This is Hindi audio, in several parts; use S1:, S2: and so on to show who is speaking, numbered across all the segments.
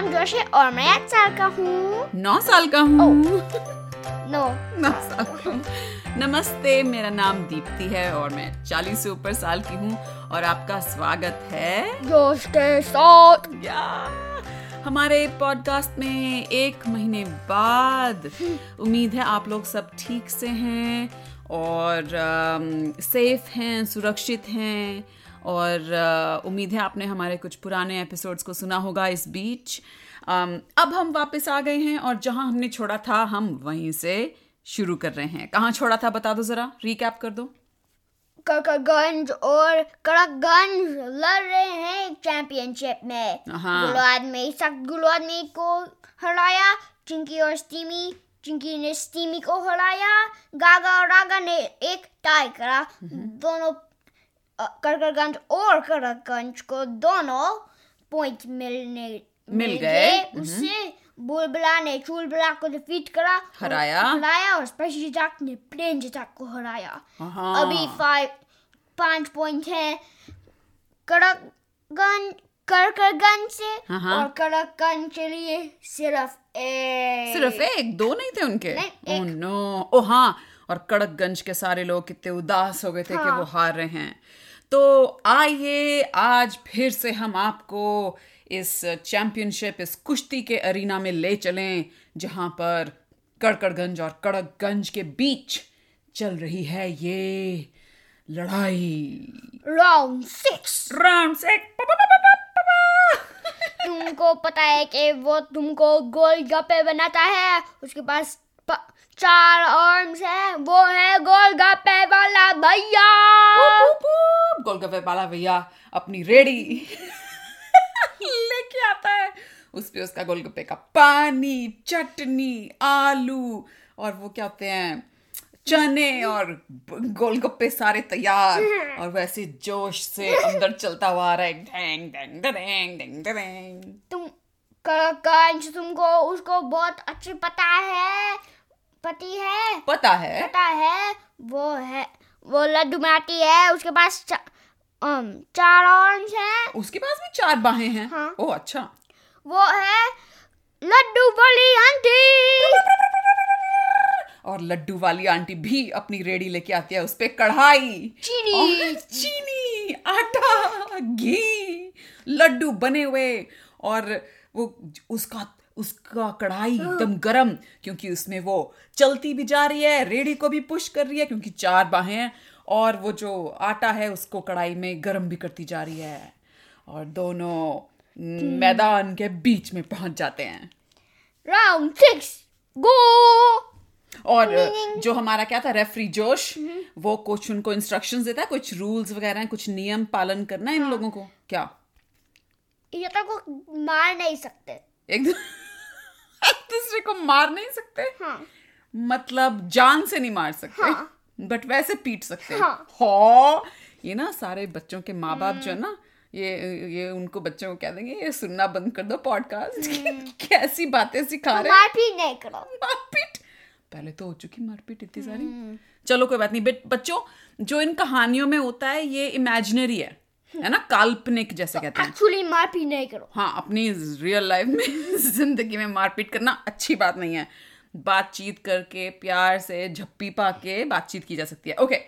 S1: और मैं आठ साल का हूँ
S2: नौ साल का हूँ
S1: नो
S2: नौ साल का हूँ नमस्ते मेरा नाम दीप्ति है और मैं चालीस से ऊपर साल की हूँ और आपका स्वागत है
S1: जोश के साथ
S2: या हमारे पॉडकास्ट में एक महीने बाद उम्मीद है आप लोग सब ठीक से हैं और सेफ हैं सुरक्षित हैं और अ, उम्मीद है आपने हमारे कुछ पुराने एपिसोड्स को सुना होगा इस बीच अम, अब हम वापस आ गए हैं और जहां हमने छोड़ा था हम वहीं से शुरू कर रहे हैं कहाँ छोड़ा था बता दो ज़रा रीकैप कर दो
S1: ककरगंज और कड़कगंज लड़ रहे हैं एक चैंपियनशिप में
S2: हाँ।
S1: गुलाद में सख्त गुलाद में को हराया चिंकी और स्टीमी चिंकी ने स्टीमी को हराया गागा और रागा ने एक टाई करा
S2: हम्म।
S1: दोनों अ, कड़कगंज और कड़कगंज को दोनों पॉइंट मिलने
S2: मिल गए, हम्म।
S1: उससे बुलबुला ने चुलबुला को डिफीट करा और-
S2: हराया।
S1: हराया और स्पेशल जटाक ने प्लेन जटाक को हराया
S2: हाँ।
S1: अभी फाइव पांच पॉइंट है कड़कगंज कड़कगंज से
S2: हाँ, हाँ।
S1: और कड़कगंज के लिए सिर्फ एक
S2: सिर्फ एक दो नहीं थे उनके
S1: नहीं,
S2: ओ नो ओ हाँ और कड़कगंज के सारे लोग कितने उदास हो गए थे कि वो हार रहे हैं तो आइए आज फिर से हम आपको इस चैंपियनशिप इस कुश्ती के अरीना में ले चलें जहां पर कड़कड़गंज और कड़कगंज के बीच चल रही है ये लड़ाई
S1: राउंड सिक्स
S2: राउंड से
S1: तुमको पता है कि वो तुमको गोल गप्पे बनाता है उसके पास प- चार आर्म्स है वो है गोल गप्पे वाला भैया
S2: गोलगप्पे वाला भैया अपनी रेडी लेके आता है उस पे उसका गोलगप्पे का पानी चटनी आलू और वो क्या होते हैं चने और ब- गोलगप्पे सारे तैयार और वैसे जोश से अंदर चलता हुआ आ रहा है ढेंग ढेंग ढेंग ढेंग ढेंग
S1: तुम कंच तुमको उसको बहुत अच्छी पता है पति है
S2: पता है
S1: पता है वो है वो लड्डू बनाती है उसके पास चा, अम, चार आर्म्स हैं
S2: उसके पास भी चार बाहें हैं
S1: हाँ।
S2: ओ अच्छा
S1: वो है लड्डू वाली आंटी
S2: और लड्डू वाली आंटी भी अपनी रेडी लेके आती है उस पे कढ़ाई
S1: चीनी।
S2: और चीनी आटा घी लड्डू बने हुए और वो उसका उसका कढ़ाई एकदम गरम क्योंकि उसमें वो चलती भी जा रही है रेडी को भी पुश कर रही है क्योंकि चार बाहें हैं और वो जो आटा है उसको कढ़ाई में गरम भी करती जा रही है और दोनों मैदान के बीच में पहुंच जाते हैं
S1: राउंड सिक्स गो
S2: और जो हमारा क्या था रेफरी जोश वो कुछ उनको इंस्ट्रक्शंस देता है कुछ रूल्स वगैरह हैं कुछ नियम पालन करना है इन लोगों को क्या
S1: ये तो को मार नहीं सकते
S2: एक दू- एक दूसरे को मार नहीं सकते
S1: हाँ
S2: मतलब जान से नहीं मार सकते बट वैसे पीट सकते हैं।
S1: हाँ।
S2: हो ये ना सारे बच्चों के माँ बाप जो है ना ये ये उनको बच्चों को कह देंगे ये सुनना बंद कर दो पॉडकास्ट कैसी बातें सिखा रहे हैं
S1: मार भी नहीं करो
S2: मारपीट पहले तो हो चुकी मारपीट इतनी सारी चलो कोई बात नहीं बट बच्चों जो इन कहानियों में होता है ये इमेजिनरी है है ना काल्पनिक जैसे कहते हैं
S1: एक्चुअली मार भी नहीं करो
S2: हाँ अपनी रियल लाइफ में जिंदगी में मारपीट करना अच्छी बात नहीं है बातचीत करके प्यार से झप्पी पा के बातचीत की जा सकती है ओके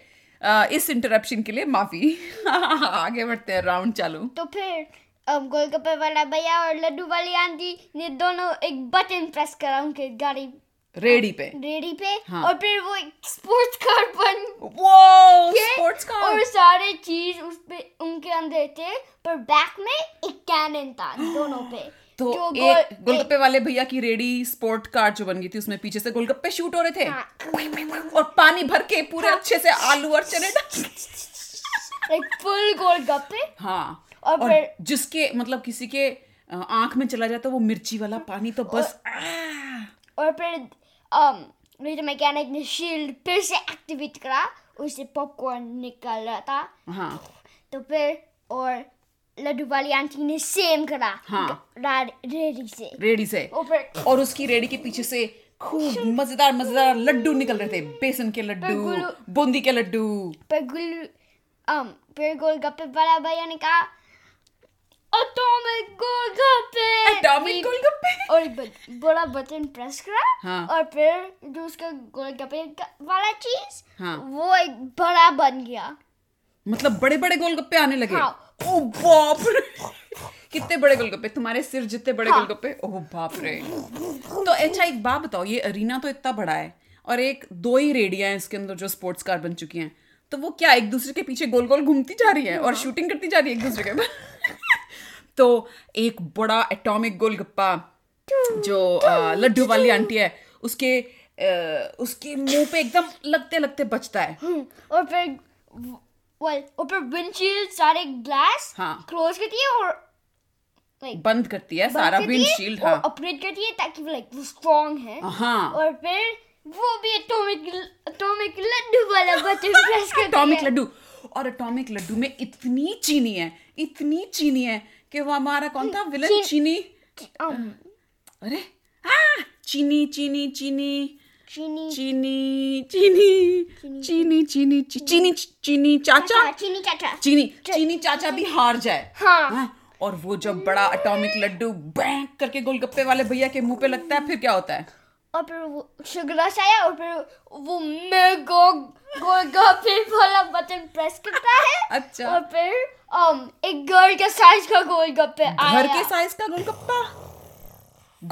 S2: इस इंटरप्शन के लिए माफी आगे बढ़ते हैं राउंड चालू
S1: तो फिर अब गोलगप्पे वाला भैया और लड्डू वाली आंटी ने दोनों एक बटन प्रेस करा उनके गाड़ी
S2: रेडी पे
S1: रेडी पे
S2: हाँ।
S1: और फिर वो एक स्पोर्ट्स कार बन
S2: वो
S1: के
S2: स्पोर्ट्स
S1: और
S2: कार
S1: सारे चीज उस पे उनके अंदर थे पर बैक में एक कैनन था दोनों पे
S2: तो
S1: जो
S2: एक
S1: गोल-
S2: गोलगप्पे वाले भैया की रेडी स्पोर्ट कार जो बन गई थी उसमें पीछे से गोलगप्पे शूट हो रहे थे
S1: हाँ।
S2: और पानी भर के पूरे अच्छे से आलू और चने डाल-
S1: एक फुल गोलगप्पे
S2: हाँ
S1: और
S2: और
S1: फिर-
S2: जिसके मतलब किसी के अ, आंख में चला जाता वो मिर्ची वाला पानी तो बस आह!
S1: और फिर um, रिटर मैकेनिक ने शील्ड फिर से एक्टिवेट करा उससे पॉपकॉर्न निकल रहा था
S2: हाँ
S1: तो फिर और लड्डू वाली आंटी ने सेम करा
S2: हाँ।
S1: रेडी से
S2: रेडी से
S1: और फिर
S2: और उसकी रेडी के पीछे से खूब मजेदार मजेदार लड्डू निकल रहे थे बेसन के लड्डू
S1: गुल-
S2: बूंदी के लड्डू
S1: पर गुल um, फिर गोलगप्पे वाला भैया ने कहा एटॉमिक गोलगप्पे
S2: चाउमीन गोलगप्पे
S1: और ब- बड़ा बटन प्रेस करा
S2: हाँ।
S1: और फिर जो उसका गोलगप्पे का- वाला चीज
S2: हाँ।
S1: वो एक बड़ा बन गया
S2: मतलब बड़े बड़े गोलगप्पे आने लगे
S1: हाँ।
S2: ओ बाप रे कितने बड़े गोलगप्पे तुम्हारे सिर जितने बड़े
S1: हाँ।
S2: गोलगप्पे ओ बाप रे तो अच्छा एक बात बताओ ये अरीना तो इतना बड़ा है और एक दो ही रेडिया हैं इसके अंदर जो स्पोर्ट्स कार बन चुकी हैं तो वो क्या एक दूसरे के पीछे गोल गोल घूमती जा रही है और
S1: हाँ।
S2: शूटिंग करती जा रही है एक दूसरे के ऊपर? तो एक बड़ा एटॉमिक गोलगप्पा जो अ, लड्डू वाली आंटी है उसके अ, उसके मुंह पे एकदम लगते लगते बचता है
S1: हम्म, और फिर वेल और फिर विंडशील्ड सारे ग्लास
S2: हाँ।
S1: क्लोज करती है और लाइक
S2: बंद करती है सारा विंडशील्ड हाँ
S1: अपग्रेड करती है ताकि लाइक वो स्ट्रांग है
S2: हाँ
S1: और फिर वो भी एटॉमिक एटॉमिक लड्डू वाला बटन प्रेस करती
S2: एटॉमिक
S1: है।
S2: लड्डू और एटॉमिक लड्डू में इतनी चीनी है इतनी चीनी है कि वो हमारा कौन था विलन
S1: चीन-
S2: चीनी
S1: Um,
S2: अरे हाँ चीनी चीनी चीनी
S1: चीनी
S2: चीनी चीनी चीनी चीनी ची- चीनी चीनी चाचा
S1: चाचा हाँ, चीनी चाचा
S2: चीनी चीनी चाचा भी हार जाए
S1: हाँ।
S2: और वो जब बड़ा एटॉमिक लड्डू बैंक करके गोलगप्पे वाले भैया के मुंह पे लगता है फिर क्या होता है
S1: और फिर वो शुगर रश आया और फिर वो मेगा गोलगप्पे वाला बटन प्रेस करता है
S2: अच्छा।
S1: और फिर um, एक घर के साइज का गोलगप्पे आया
S2: घर के साइज का गोलगप्पा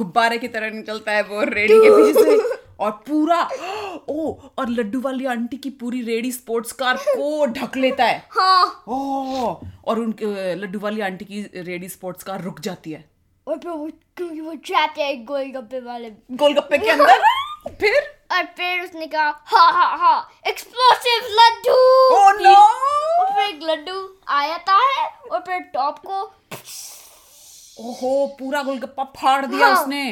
S2: गुब्बारे की तरह निकलता है वो रेडी के पीछे से और पूरा ओ और लड्डू वाली आंटी की पूरी रेडी स्पोर्ट्स कार को ढक लेता है
S1: हाँ
S2: ओ और उनके लड्डू वाली आंटी की रेडी स्पोर्ट्स कार रुक जाती है
S1: और फिर वो क्योंकि वो ट्रैप है एक गोलगप्पे वाले
S2: गोलगप्पे के अंदर फिर
S1: और फिर उसने कहा "हाँ, हा हा हा एक्सप्लोसिव लड्डू
S2: ओ नो
S1: और फिर एक लड्डू आयाता है और फिर टॉप को
S2: ओहो पूरा गोलगप्पा फाड़ दिया
S1: हाँ।
S2: उसने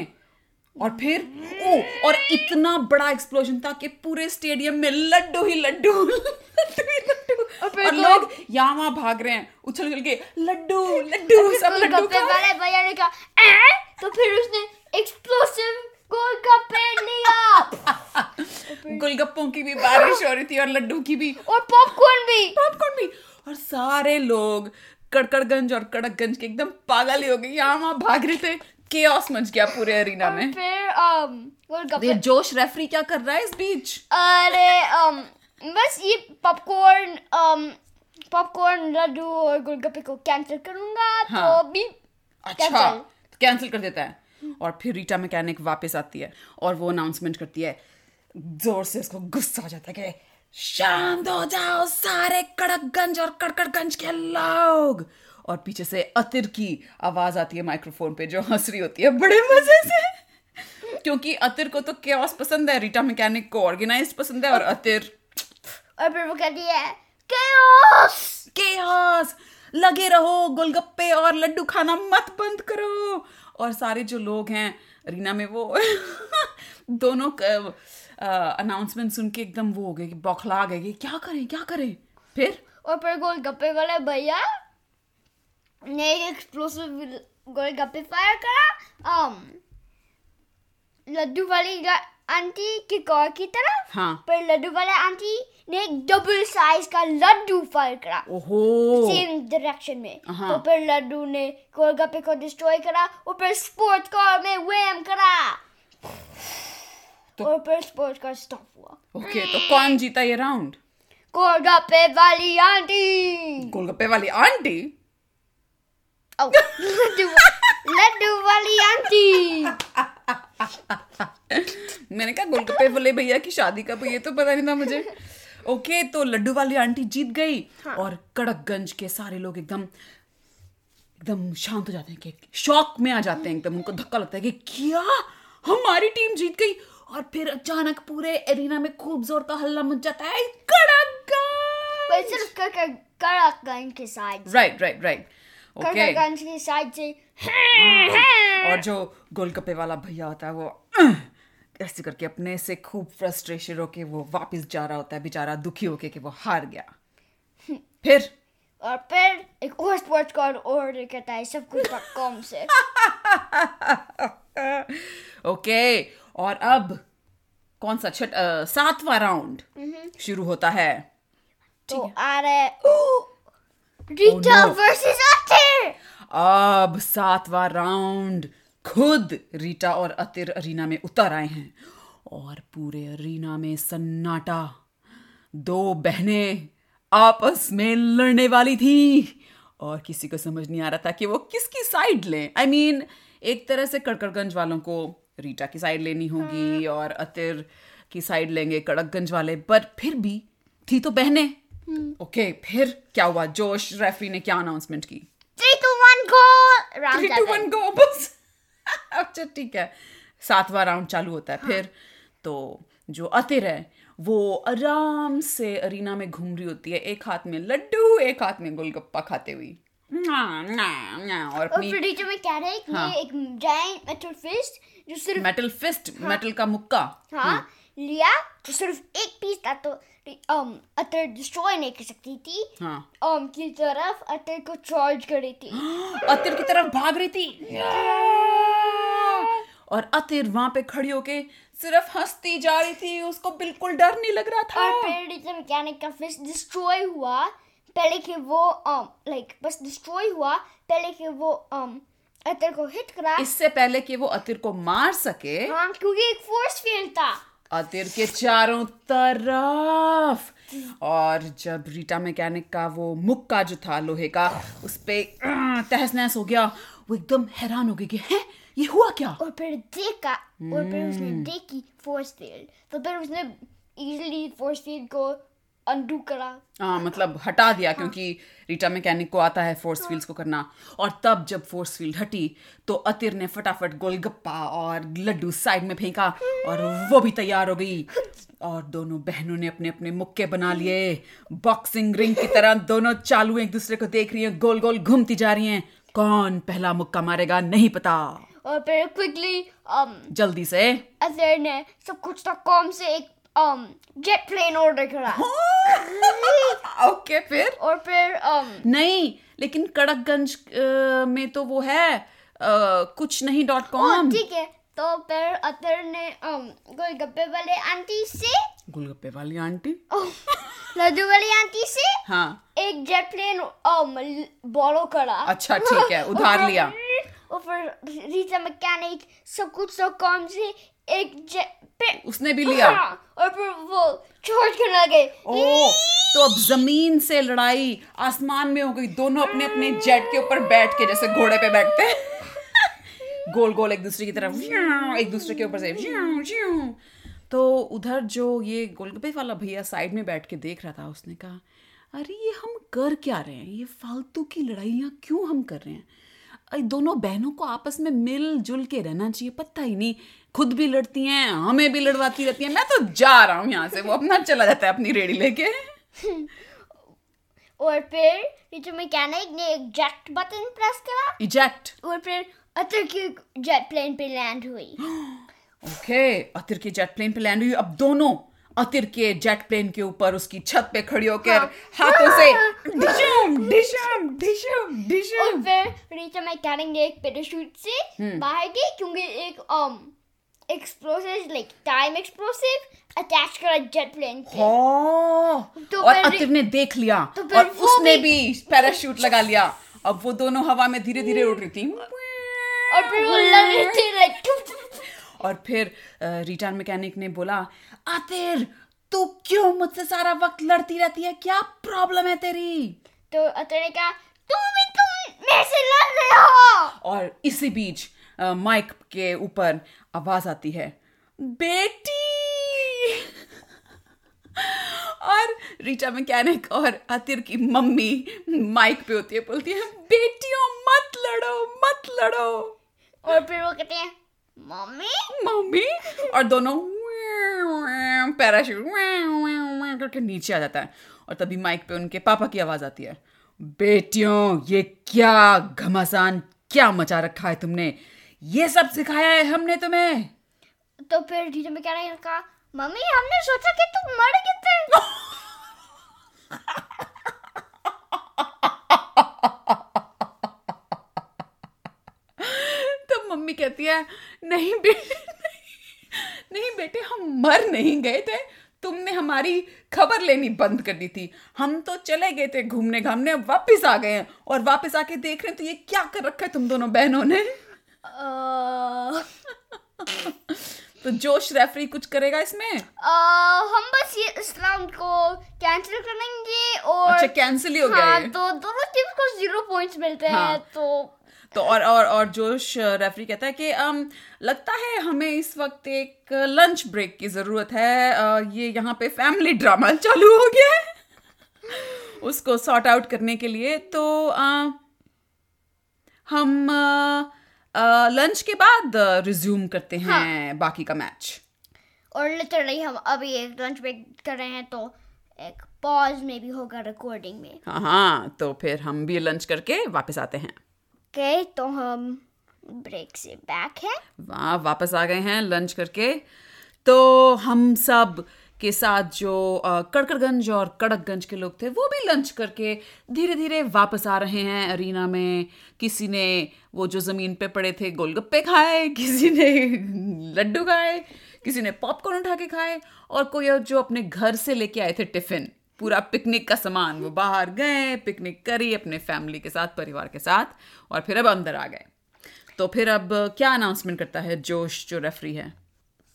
S2: और फिर ओ और इतना बड़ा एक्सप्लोजन था कि पूरे स्टेडियम में लड्डू ही लड्डू लड्डू ही लड्डू
S1: और फिर तो-
S2: और
S1: कोई-
S2: लोग यहाँ वहाँ भाग रहे हैं उछल उछल के लड्डू लड्डू सब लड्डू
S1: गोलगप्पे
S2: खा रहे
S1: वाले
S2: हैं।
S1: भैया ने कहा "ऐ?" तो फिर उसने एक्सप्लोसिव गोलगप्पे लिया
S2: गोलगप्पों की भी बारिश हो रही थी और लड्डू की भी
S1: और पॉपकॉर्न भी
S2: पॉपकॉर्न भी और सारे लोग कड़कड़गंज और कड़कगंज के एकदम पागल ही हो गए यहाँ वहाँ भाग रहे थे केओस मच गया पूरे अरीना
S1: और
S2: में
S1: फिर um,
S2: ये
S1: गोलगप्पे
S2: जोश रेफरी क्या कर रहा है इस बीच
S1: अरे um, बस ये पॉपकॉर्न um, पॉपकॉर्न लड्डू और गोलगप्पे को कैंसिल करूंगा
S2: हाँ।
S1: तो भी
S2: अच्छा
S1: Cancel.
S2: कैंसिल कर देता है और फिर रीटा मैकेनिक वापस आती है और वो अनाउंसमेंट करती है जोर से उसको गुस्सा आ जाता है कि शांत हो जाओ सारे कड़कगंज और कड़कड़गंज के लोग और पीछे से अतिर की आवाज आती है माइक्रोफोन पे जो हंस रही होती है बड़े मजे से क्योंकि अतिर को तो क्या पसंद है रीटा मैकेनिक को ऑर्गेनाइज पसंद है और अतिर
S1: और फिर वो कहती है chaos
S2: chaos! लगे रहो गोलगप्पे और लड्डू खाना मत बंद करो और सारे जो लोग हैं रीना में वो दोनों अनाउंसमेंट सुन के एकदम वो हो गए कि बौखला गए कि क्या करें क्या करें फिर
S1: और फिर गोलगप्पे वाले भैया ने एक एक्सप्लोसिव गोलगप्पे फायर करा um, लड्डू वाली गा- आंटी की कॉर की तरफ
S2: हाँ
S1: पर लड्डू वाले आंटी ने एक डबल साइज का लड्डू फायर करा
S2: ओहो
S1: सेम डायरेक्शन में
S2: हाँ।
S1: तो फिर लड्डू ने गोलगप्पे को डिस्ट्रॉय करा और फिर स्पोर्ट्स कार में वैम करा
S2: तो-
S1: और फिर स्पोर्ट्स कार स्टॉप हुआ
S2: ओके तो कौन जीता ये राउंड
S1: गोलगप्पे वाली आंटी
S2: गोलगप्पे वाली आंटी
S1: Oh, लड्डू लड्डू वाली आंटी
S2: मैंने कहा गोलगप्पे वाले भैया की शादी का ये तो पता नहीं था मुझे ओके तो लड्डू वाली आंटी जीत गई और कड़कगंज के सारे लोग एकदम एकदम शांत हो जाते हैं कि शॉक में आ जाते हैं एकदम उनको धक्का लगता है कि क्या हमारी टीम जीत गई और फिर अचानक पूरे एरिना में खूब जोर का हल्ला मच जाता है कड़कगंज
S1: पर सिर्फ कर कर करकगंज के side
S2: right right right okay
S1: करकगंज के साइड से
S2: और जो गोलगप्पे वाला भैया होता है वो "अह!" ऐसे करके अपने से खूब फ्रस्ट्रेशन होके वो वापस जा रहा होता है बेचारा दुखी होके कि वो हार गया फिर
S1: और फिर एक और स्पोर्ट्स कार ऑर्डर करता है सब कुछ पर कम से
S2: ओके और अब कौन सा छठ अ, सातवां राउंड शुरू होता है
S1: तो आ रहे रीटा
S2: no.
S1: वर्सेस अतिर
S2: अब सातवां राउंड खुद रीटा और अतिर अरीना में उतर आए हैं और पूरे अरीना में सन्नाटा दो बहनें आपस में लड़ने वाली थी और किसी को समझ नहीं आ रहा था कि वो किसकी साइड लें आई I मीन mean, एक तरह से कड़कड़गंज वालों को रीटा की साइड लेनी होगी और अतिर की साइड लेंगे कड़कगंज वाले बट फिर भी थी तो बहने ओके फिर क्या हुआ जोश रेफरी ने क्या अनाउंसमेंट की
S1: three two one go round
S2: three two one गो बस अच्छा ठीक है सातवां राउंड चालू होता है फिर तो जो अतिर है वो आराम से अरीना में घूम रही होती है एक हाथ में लड्डू एक हाथ में गोलगप्पा खाते हुई और
S1: और
S2: अपनी
S1: फिर टीचर में कह रहे हैं कि
S2: हाँ।
S1: ये एक जायंट मेटल फिस्ट जो सिर्फ
S2: मेटल फिस्ट मेटल का मुक्का
S1: हाँ लिया जो सिर्फ एक पीस था तो um, अतर डिस्ट्रॉय नहीं कर सकती थी
S2: हाँ
S1: um, की तरफ अतर को चार्ज कर रही थी
S2: अतिर की तरफ भाग रही थी और अतिर वहां पे खड़ी होके सिर्फ हंसती जा रही थी उसको बिल्कुल डर नहीं लग रहा था
S1: और फिर टीचर मैकेनिक का फिस्ट डिस्ट्रॉय हुआ पहले कि वो लाइक बस डिस्ट्रॉय हुआ पहले कि वो um, अतर को हिट करा
S2: इससे पहले कि वो अतिर को मार सके
S1: हाँ क्योंकि एक फोर्स फील्ड था
S2: अतिर के चारों तरफ और जब रीटा मैकेनिक का वो मुक्का जो था लोहे का उस पे तहस नहस हो गया वो एकदम हैरान हो गई कि है ये हुआ क्या
S1: और फिर देखा और फिर उसने देखी फोर्स फील्ड तो फिर उसने इजीली फोर्स फील्ड को अंडू करा
S2: हाँ मतलब हटा दिया क्योंकि रीटा मैकेनिक को आता है फोर्स फील्ड्स को करना और तब जब फोर्स फील्ड हटी तो अतिर ने फटाफट गोलगप्पा और लड्डू साइड में फेंका और वो भी तैयार हो गई और दोनों बहनों ने अपने अपने मुक्के बना लिए बॉक्सिंग रिंग की तरह दोनों चालू एक दूसरे को देख रही हैं गोल गोल घूमती जा रही हैं कौन पहला मुक्का मारेगा नहीं पता
S1: और फिर क्विकली um,
S2: जल्दी से
S1: अजहर ने सब कुछ डॉट कॉम से एक um, जेट प्लेन ऑर्डर करा
S2: ओके फिर
S1: और फिर um,
S2: नहीं लेकिन कड़कगंज अ, में तो वो है अ, कुछ नहीं डॉट
S1: और
S2: कॉम
S1: ठीक है तो फिर अतर ने um, कोई गप्पे वाले आंटी से
S2: गोलगप्पे वाली आंटी
S1: um, लड्डू वाली आंटी से
S2: हाँ
S1: एक जेट प्लेन um, बॉलो करा
S2: अच्छा, ठीक है, उधार
S1: और
S2: लिया।
S1: फिर- और फिर रीता मैकेनिक सब कुछ सब काम से एक जेट पे-
S2: उसने भी लिया
S1: हाँ, और फिर वो छोड़ के लगे
S2: ओ तो अब जमीन से लड़ाई आसमान में हो गई दोनों अपने अपने जेट के ऊपर बैठ के जैसे घोड़े पे बैठते हैं। गोल गोल एक दूसरे की तरफ एक दूसरे के ऊपर से तो उधर जो ये गोलगप्पे वाला भैया साइड में बैठ के देख रहा था उसने कहा अरे ये हम कर क्या रहे हैं ये फालतू की लड़ाइयाँ क्यों हम कर रहे हैं अरे दोनों बहनों को आपस में मिलजुल के रहना चाहिए पता ही नहीं खुद भी लड़ती हैं हमें भी लड़वाती रहती हैं मैं तो जा रहा हूँ यहाँ से वो अपना चला जाता है अपनी रेडी लेके
S1: और फिर रीता मैकेनिक ने एक जेट बटन प्रेस करा
S2: इजेक्ट
S1: और फिर अतर की जेट प्लेन पे लैंड हुई
S2: ओके अतिर के जेट प्लेन पे लैंड हुई अब दोनों अतिर के जेट प्लेन के ऊपर उसकी छत पे खड़ी
S1: हाँ।
S2: होकर हाथों से डिशम डिशम डिशम
S1: और
S2: डिशम
S1: फिर रीता मैकेनिक ने एक पैराशूट से बाहर गई क्योंकि एक um explosive like time explosive attached करा जेट प्लेन पे तो
S2: हाँ। और
S1: फिर-
S2: अतिर ने देख लिया
S1: तो फिर
S2: और
S1: वो
S2: उसने भी
S1: भी-
S2: पैराशूट लगा लिया अब वो दोनों हवा में धीरे धीरे उड़ रही थी
S1: और फिर वो लड़ रही थी like टुप टुप टुप।
S2: और फिर रिटर्न मैकेनिक ने बोला आतिर तू क्यों मुझसे सारा वक्त लड़ती रहती है क्या प्रॉब्लम है तेरी
S1: तो अतर ने कहा तुम भी तुम मेरे से लड़ रहे हो
S2: और इसी बीच अ, माइक के ऊपर आवाज आती है बेटी और रीटा मैकेनिक और अतिर की मम्मी माइक पे होती है बोलती है बेटियों मत लड़ो मत लड़ो
S1: और फिर वो कहते हैं मम्मी
S2: मम्मी और दोनों पैराशूट करके नीचे आ जाता है और तभी माइक पे उनके पापा की आवाज आती है बेटियों ये क्या घमासान क्या मचा रखा है तुमने ये सब सिखाया है हमने तुम्हें
S1: तो फिर रीता मैकेनिक ने कहा मम्मी हमने सोचा कि तुम मर गए थे
S2: तो मम्मी कहती है नहीं बेटे नहीं बेटे हम मर नहीं गए थे तुमने हमारी खबर लेनी बंद कर दी थी हम तो चले गए थे घूमने घामने वापस आ गए हैं और वापस आके देख रहे हैं तो ये क्या कर रखा है तुम दोनों बहनों ने
S1: अ,
S2: तो जोश रेफरी कुछ करेगा इसमें
S1: अ, हम बस ये इस राउंड को कैंसिल करेंगे
S2: अच्छा
S1: और
S2: कैंसिल ही हो गया
S1: हाँ
S2: ये।
S1: तो दोनों टीम को जीरो पॉइंट्स मिलते
S2: हाँ।
S1: हैं तो
S2: तो और और और जोश रेफरी कहता है कि अम, लगता है हमें इस वक्त एक लंच ब्रेक की जरूरत है अ, ये यहाँ पे फैमिली ड्रामा चालू हो गया है उसको सॉर्ट आउट करने के लिए तो अ, हम लंच के बाद रिज्यूम करते हैं
S1: हाँ।
S2: बाकी का मैच
S1: और लिटरली हम अभी एक लंच ब्रेक कर रहे हैं तो एक पॉज में भी होगा रिकॉर्डिंग में
S2: हाँ हाँ तो फिर हम भी लंच करके वापस आते हैं
S1: ओके तो हम ब्रेक से बैक हैं
S2: वाह हाँ, वापस आ गए हैं लंच करके तो हम सब के साथ जो अ, कड़कड़गंज और कड़कगंज के लोग थे वो भी लंच करके धीरे धीरे वापस आ रहे हैं अरीना में किसी ने वो जो ज़मीन पे पड़े थे गोलगप्पे खाए किसी ने लड्डू खाए किसी ने पॉपकॉर्न उठा के खाए और कोई और जो अपने घर से लेके आए थे टिफ़िन पूरा पिकनिक का सामान वो बाहर गए पिकनिक करी अपने फैमिली के साथ परिवार के साथ और फिर अब अंदर आ गए तो फिर अब क्या अनाउंसमेंट करता है जोश जो रेफरी है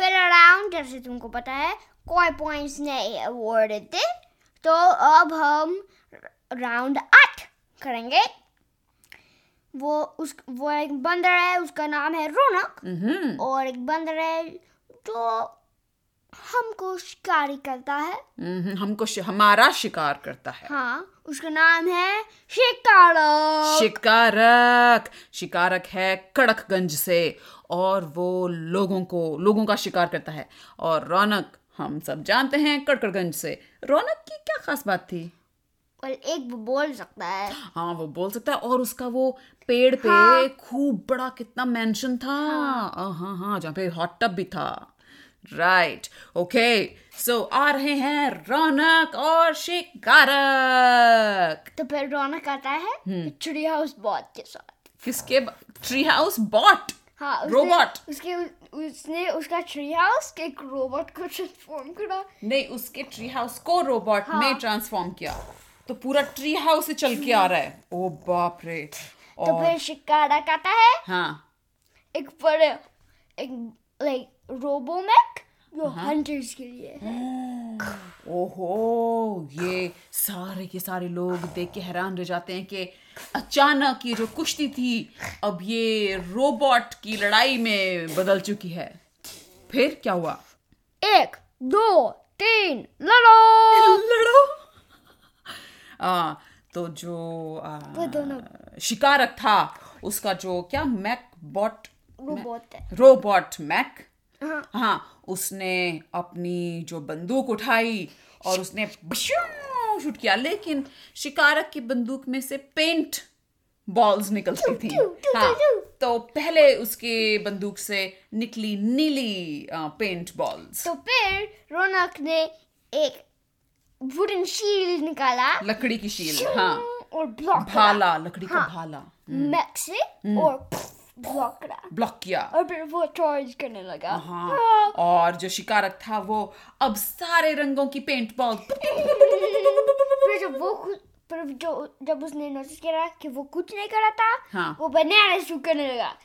S1: फिर अराउंड जैसे तुमको पता है कोई पॉइंट्स नहीं अवॉर्डेड थे तो अब हम राउंड आठ करेंगे वो उस वो एक बंदर है उसका नाम है रौनक और एक बंदर है जो हमको शिकारी करता है
S2: हम्म, हमको शि- हमारा शिकार करता है
S1: हाँ उसका नाम है शिकारो
S2: शिकारक शिकारक है कड़कगंज से और वो लोगों को लोगों का शिकार करता है और रौनक हम सब जानते हैं कड़कड़गंज से रौनक की क्या खास बात थी
S1: और एक वो बोल सकता है
S2: हाँ वो बोल सकता है और उसका वो पेड़ पे
S1: हाँ।
S2: खूब बड़ा कितना मेंशन था हाँ हाँ, हाँ जहाँ पे हॉट टब भी था राइट ओके सो आ रहे हैं रौनक और शिकारक
S1: तो फिर रौनक आता है चिड़ी हाउस बॉट के साथ
S2: किसके ट्री हाउस बॉट
S1: हाँ उसने-
S2: Robot.
S1: उसके उसने उसका ट्री हाउस के एक रोबोट को ट्रांसफॉर्म करा तो
S2: नहीं उसके ट्री हाउस को रोबोट
S1: हाँ।
S2: ने ट्रांसफॉर्म किया तो पूरा ट्री हाउस से चल के आ रहा है ओ बाप रे
S1: तो
S2: और
S1: फिर शिकारा कहता है
S2: हाँ
S1: एक बड़े एक लाइक रोबोमैक जो
S2: हाँ।
S1: हंटर्स के लिए है
S2: ओहो ये सारे के सारे लोग देख के हैरान रह जाते हैं कि अचानक ये जो कुश्ती थी अब ये रोबोट की लड़ाई में बदल चुकी है फिर क्या हुआ
S1: एक दो तीन लड़ो
S2: लड़ो आ, तो जो आ,
S1: वो दोनों
S2: शिकारक था उसका जो क्या मैक बॉट
S1: रोबोट है
S2: रोबोट मैक
S1: हाँ।
S2: हाँ उसने अपनी जो बंदूक उठाई और उसने भश्यूं शूट किया लेकिन शिकारक की बंदूक में से पेंट बॉल्स निकलती थी
S1: टू, टू,
S2: हाँ
S1: टू, टू।
S2: तो पहले उसके बंदूक से निकली नीली पेंट बॉल्स
S1: तो फिर रौनक ने एक वुडन शील्ड निकाला
S2: लकड़ी की शील हाँ
S1: और ब्लॉक करा
S2: भाला हम्म। लकड़ी का
S1: हाँ।
S2: भाला
S1: मैक से और ब्लॉक करा
S2: ब्लॉक किया
S1: और फिर वो चार्ज करने लगा
S2: हाँ और जो शिकारक था वो अब सारे रंगों की पेंट बॉल
S1: फिर जब वो खुद पर जो जब उसने नोटिस करा कि वो कुछ नहीं कर रहा था
S2: हाँ।
S1: वो बनाना शुरू करने लगा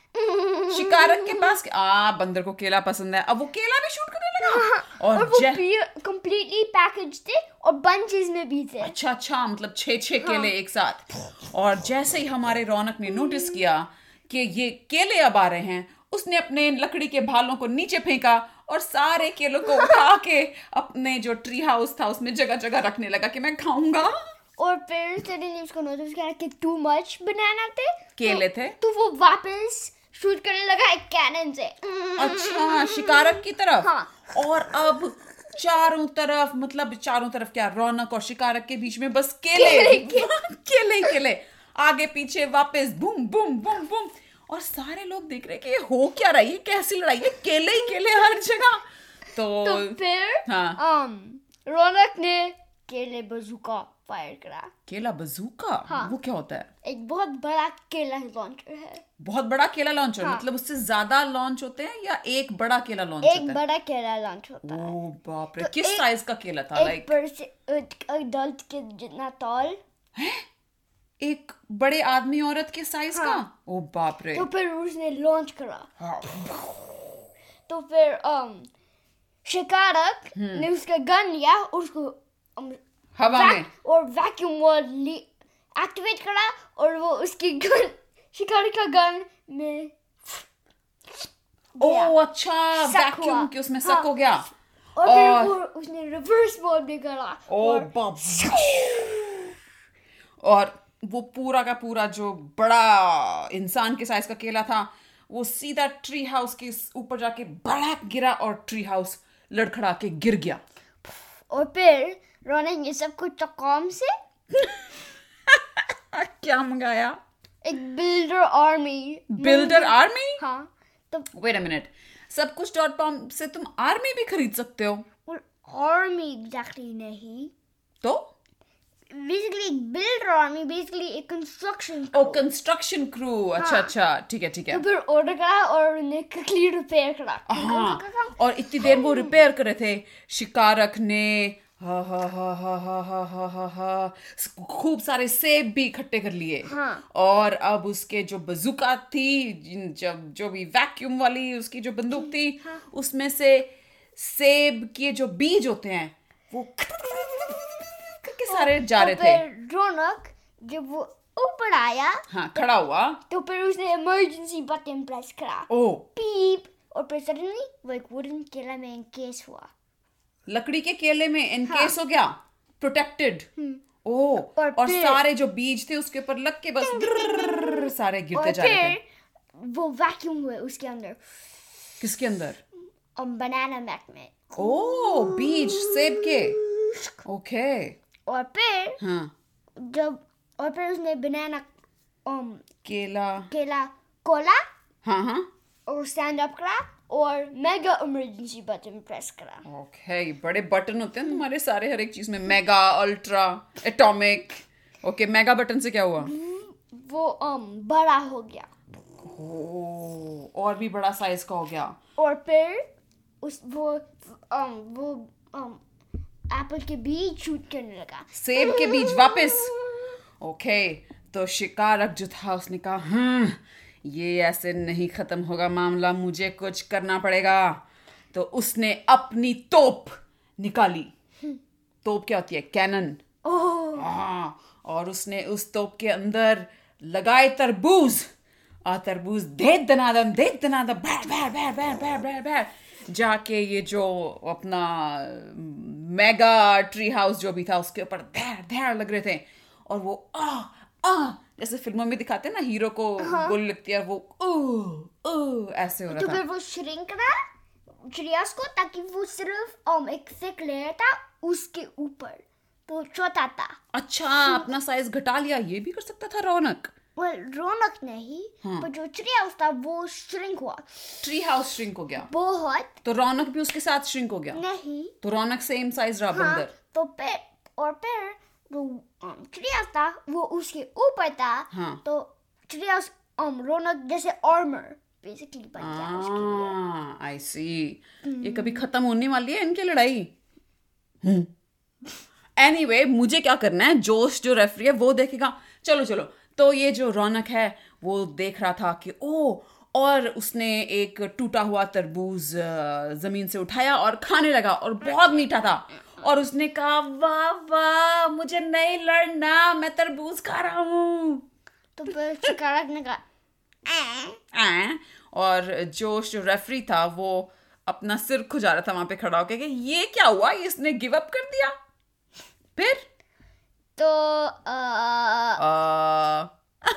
S2: शिकारक के पास आ बंदर को केला पसंद है अब वो केला भी शूट करने लगा
S1: हाँ, और
S2: और
S1: वो
S2: जय
S1: कंप्लीटली पैकेज थे और बंचेस में भी थे
S2: अच्छा अच्छा मतलब छः छः
S1: हाँ।
S2: केले एक साथ और जैसे ही हमारे रौनक ने नोटिस किया कि ये केले अब आ रहे हैं उसने अपने लकड़ी के भालों को नीचे फेंका और सारे केलों को उठा के अपने जो ट्री हाउस था उसमें जगह जगह रखने लगा कि मैं खाऊंगा
S1: और फिर सडनली उसको नोटिस करा कि टू मच बनाना थे
S2: केले थे
S1: तो वो वापस शूट करने लगा एक कैनन से
S2: अच्छा शिकारक की तरफ
S1: हाँ।
S2: और अब चारों तरफ मतलब चारों तरफ क्या रौनक और शिकारक के बीच में बस केले केले केले आगे पीछे वापस बूम बूम बूम बूम और सारे लोग देख रहे हैं कि ये हो क्या रहा है ये कैसी लड़ाई है केले ही केले हर जगह तो
S1: तो फिर
S2: हाँ।
S1: um, रौनक ने केले बजूका फायर करा
S2: केला बजूका
S1: हाँ।
S2: वो क्या होता है
S1: एक बहुत बड़ा केला लॉन्चर है
S2: बहुत बड़ा केला लॉन्चर
S1: हाँ।
S2: मतलब उससे ज्यादा लॉन्च होते हैं या एक बड़ा केला लॉन्च
S1: एक
S2: होता है
S1: बड़ा केला लॉन्च होता है
S2: ओ बाप रे
S1: तो
S2: किस
S1: एक-
S2: साइज का केला था
S1: एक
S2: लाइक
S1: पर्सन अडल्ट के जितना टॉल
S2: एक बड़े आदमी औरत के साइज का ओ बाप रे
S1: तो फिर उसने लॉन्च करा
S2: हाँ।
S1: तो फिर um, शिकारक
S2: हम्म।
S1: ने उसका गन लिया और उसको um,
S2: हवा में
S1: वैक- और वैक्यूम वाल एक्टिवेट करा और वो उसकी गन शिकार का गन में गया।
S2: ओ अच्छा
S1: सक हुआ।
S2: वैक्यूम के उसमें
S1: हाँ।
S2: सक हो गया
S1: और फिर
S2: और-
S1: वो उसने रिवर्स मोड में करा
S2: ओ
S1: और
S2: बाप और वो पूरा का पूरा जो बड़ा इंसान के साइज का केला था वो सीधा ट्री हाउस के ऊपर जाके बड़ाक गिरा और ट्री हाउस लड़खड़ा के गिर गया
S1: और फिर रोनन ये सब कुछ तो कॉम से
S2: क्या मंगाया
S1: एक बिल्डर आर्मी
S2: बिल्डर आर्मी
S1: हाँ तो
S2: वेट अ मिनट सब कुछ डॉट कॉम से तुम आर्मी भी खरीद सकते हो
S1: आर्मी एग्जैक्टली नहीं
S2: तो
S1: बेसिकली एक बिल्डर आर्मी बेसिकली एक कंस्ट्रक्शन
S2: ओ कंस्ट्रक्शन क्रू अच्छा अच्छा ठीक है ठीक है
S1: तो फिर ऑर्डर करा और उन्हें क्विकली रिपेयर करा
S2: हाँ और इतनी देर वो रिपेयर कर रहे थे शिकारक ने हा हा हा हा हा हा हा हा हा खूब सारे सेब भी इकट्ठे कर लिए
S1: हाँ।
S2: और अब उसके जो बंदूका थी जिन- जब जो भी वैक्यूम वाली उसकी जो बंदूक थी उसमें से सेब के जो बीज होते हैं वो करके सारे जा रहे
S1: तो
S2: थे
S1: फिर रौनक जब वो ऊपर आया
S2: हाँ खड़ा हुआ
S1: तो फिर उसने इमरजेंसी बटन प्रेस करा
S2: ओ
S1: पीप और फिर सडनली वो एक वुडन किला में केस हुआ
S2: लकड़ी के केले में इनकेस हो गया प्रोटेक्टेड ओ
S1: और
S2: और,
S1: फिर-
S2: सारे जो बीज थे उसके ऊपर लग के बस द्रर्रर्रर्र सारे गिरते
S1: और
S2: जा रहे थे
S1: फिर वो वैक्यूम हुए उसके अंदर
S2: किसके अंदर
S1: और बनाना मैट में
S2: ओ बीज सेब के ओके
S1: और फिर
S2: हाँ
S1: जब और फिर उसने बनाना um,
S2: केला
S1: केला कोला
S2: हाँ हाँ
S1: और स्टैंड अप करा और मेगा इमरजेंसी बटन प्रेस करा
S2: ओके बड़े बटन होते हैं तुम्हारे सारे हर एक चीज में mega ultra atomic okay mega button से क्या हुआ
S1: वो um, बड़ा हो गया
S2: ओ और भी बड़ा साइज का हो गया
S1: और फिर उस वो um, वो um, एप्पल के बीज शूट करने लगा
S2: सेब के बीज वापस ओके तो शिकारक जो था उसने कहा हम्म ये ऐसे नहीं खत्म होगा मामला मुझे कुछ करना पड़ेगा तो उसने अपनी तोप निकाली तोप क्या होती है कैनन
S1: ओह
S2: हाँ, और उसने उस तोप के अंदर लगाए तरबूज और तरबूज देख दनादन देख दनादन बैर बैर बैर बैर बैर बैर बैर जाके ये जो अपना मेगा ट्री हाउस जो भी था उसके ऊपर धैर धैर लग रहे थे और वो आ आ जैसे फिल्मों में दिखाते हैं ना हीरो को गोली लगती है और वो ओ ओ ऐसे हो
S1: तो
S2: रहा था
S1: फिर वो श्रिंक रहा चिड़ियास को ताकि वो सिर्फ um, एक थिक लेयर था उसके ऊपर तो छोटा था
S2: अच्छा अपना साइज घटा लिया ये भी कर सकता था रौनक
S1: well, रौनक नहीं पर जो चिड़ियास था वो श्रिंक हुआ
S2: ट्री हाउस श्रिंक हो गया
S1: बहुत
S2: तो रौनक भी उसके साथ श्रिंक हो गया
S1: नहीं
S2: तो रौनक सेम साइज रहा
S1: हाँ
S2: बंदर
S1: तो फिर और फिर जो um, चिड़ियास था वो उसके ऊपर था
S2: हाँ।
S1: तो चिड़ियास um, रौनक जैसे आर्मर बेसिकली बन
S2: Ah.
S1: गया उसके।
S2: आई सी हाँ, ये कभी खत्म होने वाली है इनकी लड़ाई एनी anyway, मुझे क्या करना है जोश जो रेफरी है वो देखेगा चलो चलो तो ये जो रौनक है वो देख रहा था कि ओ और उसने एक टूटा हुआ तरबूज अ, जमीन से उठाया और खाने लगा और बहुत मीठा था और उसने कहा वाह वाह मुझे नहीं लड़ना मैं तरबूज खा रहा हूँ
S1: तो फिर शिकारक ने कहा "ऐ,
S2: "ऐं", और जोश जो रेफरी था वो अपना सिर खुजा रहा था वहां पे खड़ा होके कि ये क्या हुआ ये इसने गिव अप कर दिया फिर
S1: तो अ,
S2: अ,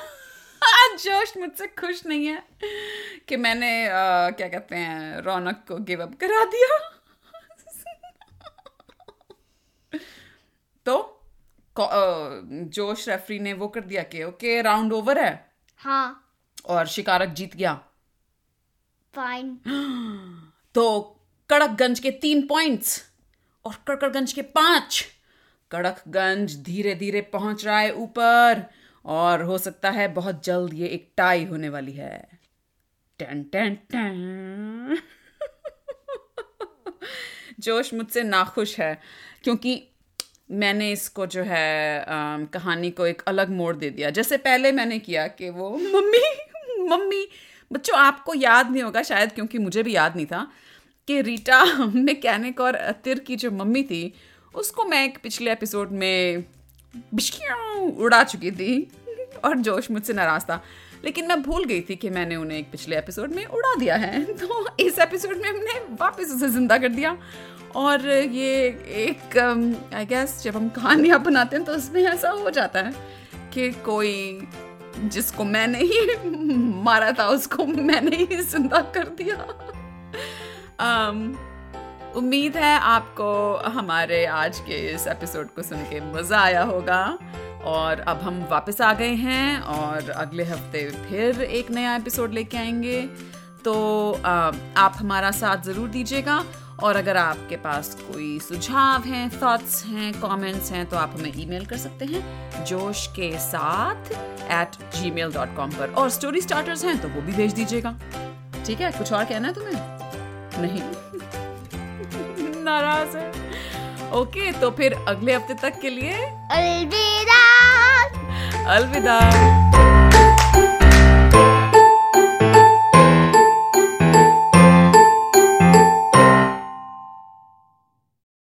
S2: जोश मुझसे खुश नहीं है कि मैंने अ, क्या कहते हैं रौनक को गिव अप करा दिया तो को- अ, जोश रेफरी ने वो कर दिया कि ओके राउंड ओवर है
S1: हाँ
S2: और शिकारक जीत गया
S1: फाइन
S2: तो कड़कगंज के तीन पॉइंट्स और कड़कड़गंज के पांच कड़कगंज धीरे धीरे पहुंच रहा है ऊपर और हो सकता है बहुत जल्द ये एक टाई होने वाली है टन टन टन जोश मुझसे नाखुश है क्योंकि मैंने इसको जो है अम, कहानी को एक अलग मोड़ दे दिया जैसे पहले मैंने किया कि वो मम्मी मम्मी बच्चों आपको याद नहीं होगा शायद क्योंकि मुझे भी याद नहीं था कि रीटा मैकेनिक और अतिर की जो मम्मी थी उसको मैं एक पिछले एपिसोड में बिश्कियों उड़ा चुकी थी और जोश मुझसे नाराज था लेकिन मैं भूल गई थी कि मैंने उन्हें एक पिछले एपिसोड में उड़ा दिया है तो इस एपिसोड में हमने वापस उसे ज़िंदा कर दिया और ये एक आई गेस जब हम कहानियाँ बनाते हैं तो उसमें ऐसा हो जाता है कि कोई जिसको मैंने ही मारा था उसको मैंने ही जिंदा कर दिया Um, अम, उम्मीद है आपको हमारे आज के इस एपिसोड को सुन के मज़ा आया होगा और अब हम वापस आ गए हैं और अगले हफ्ते फिर एक नया एपिसोड लेके आएंगे तो अ, आप हमारा साथ ज़रूर दीजिएगा और अगर आपके पास कोई सुझाव हैं थॉट्स हैं कमेंट्स हैं तो आप हमें ईमेल कर सकते हैं जोश के साथ at gmail dot com पर और स्टोरी स्टार्टर्स हैं तो वो भी भेज दीजिएगा ठीक है कुछ और कहना है तुम्हें नहीं नाराज है ओके तो फिर अगले हफ्ते तक के लिए
S1: अलविदा
S2: अलविदा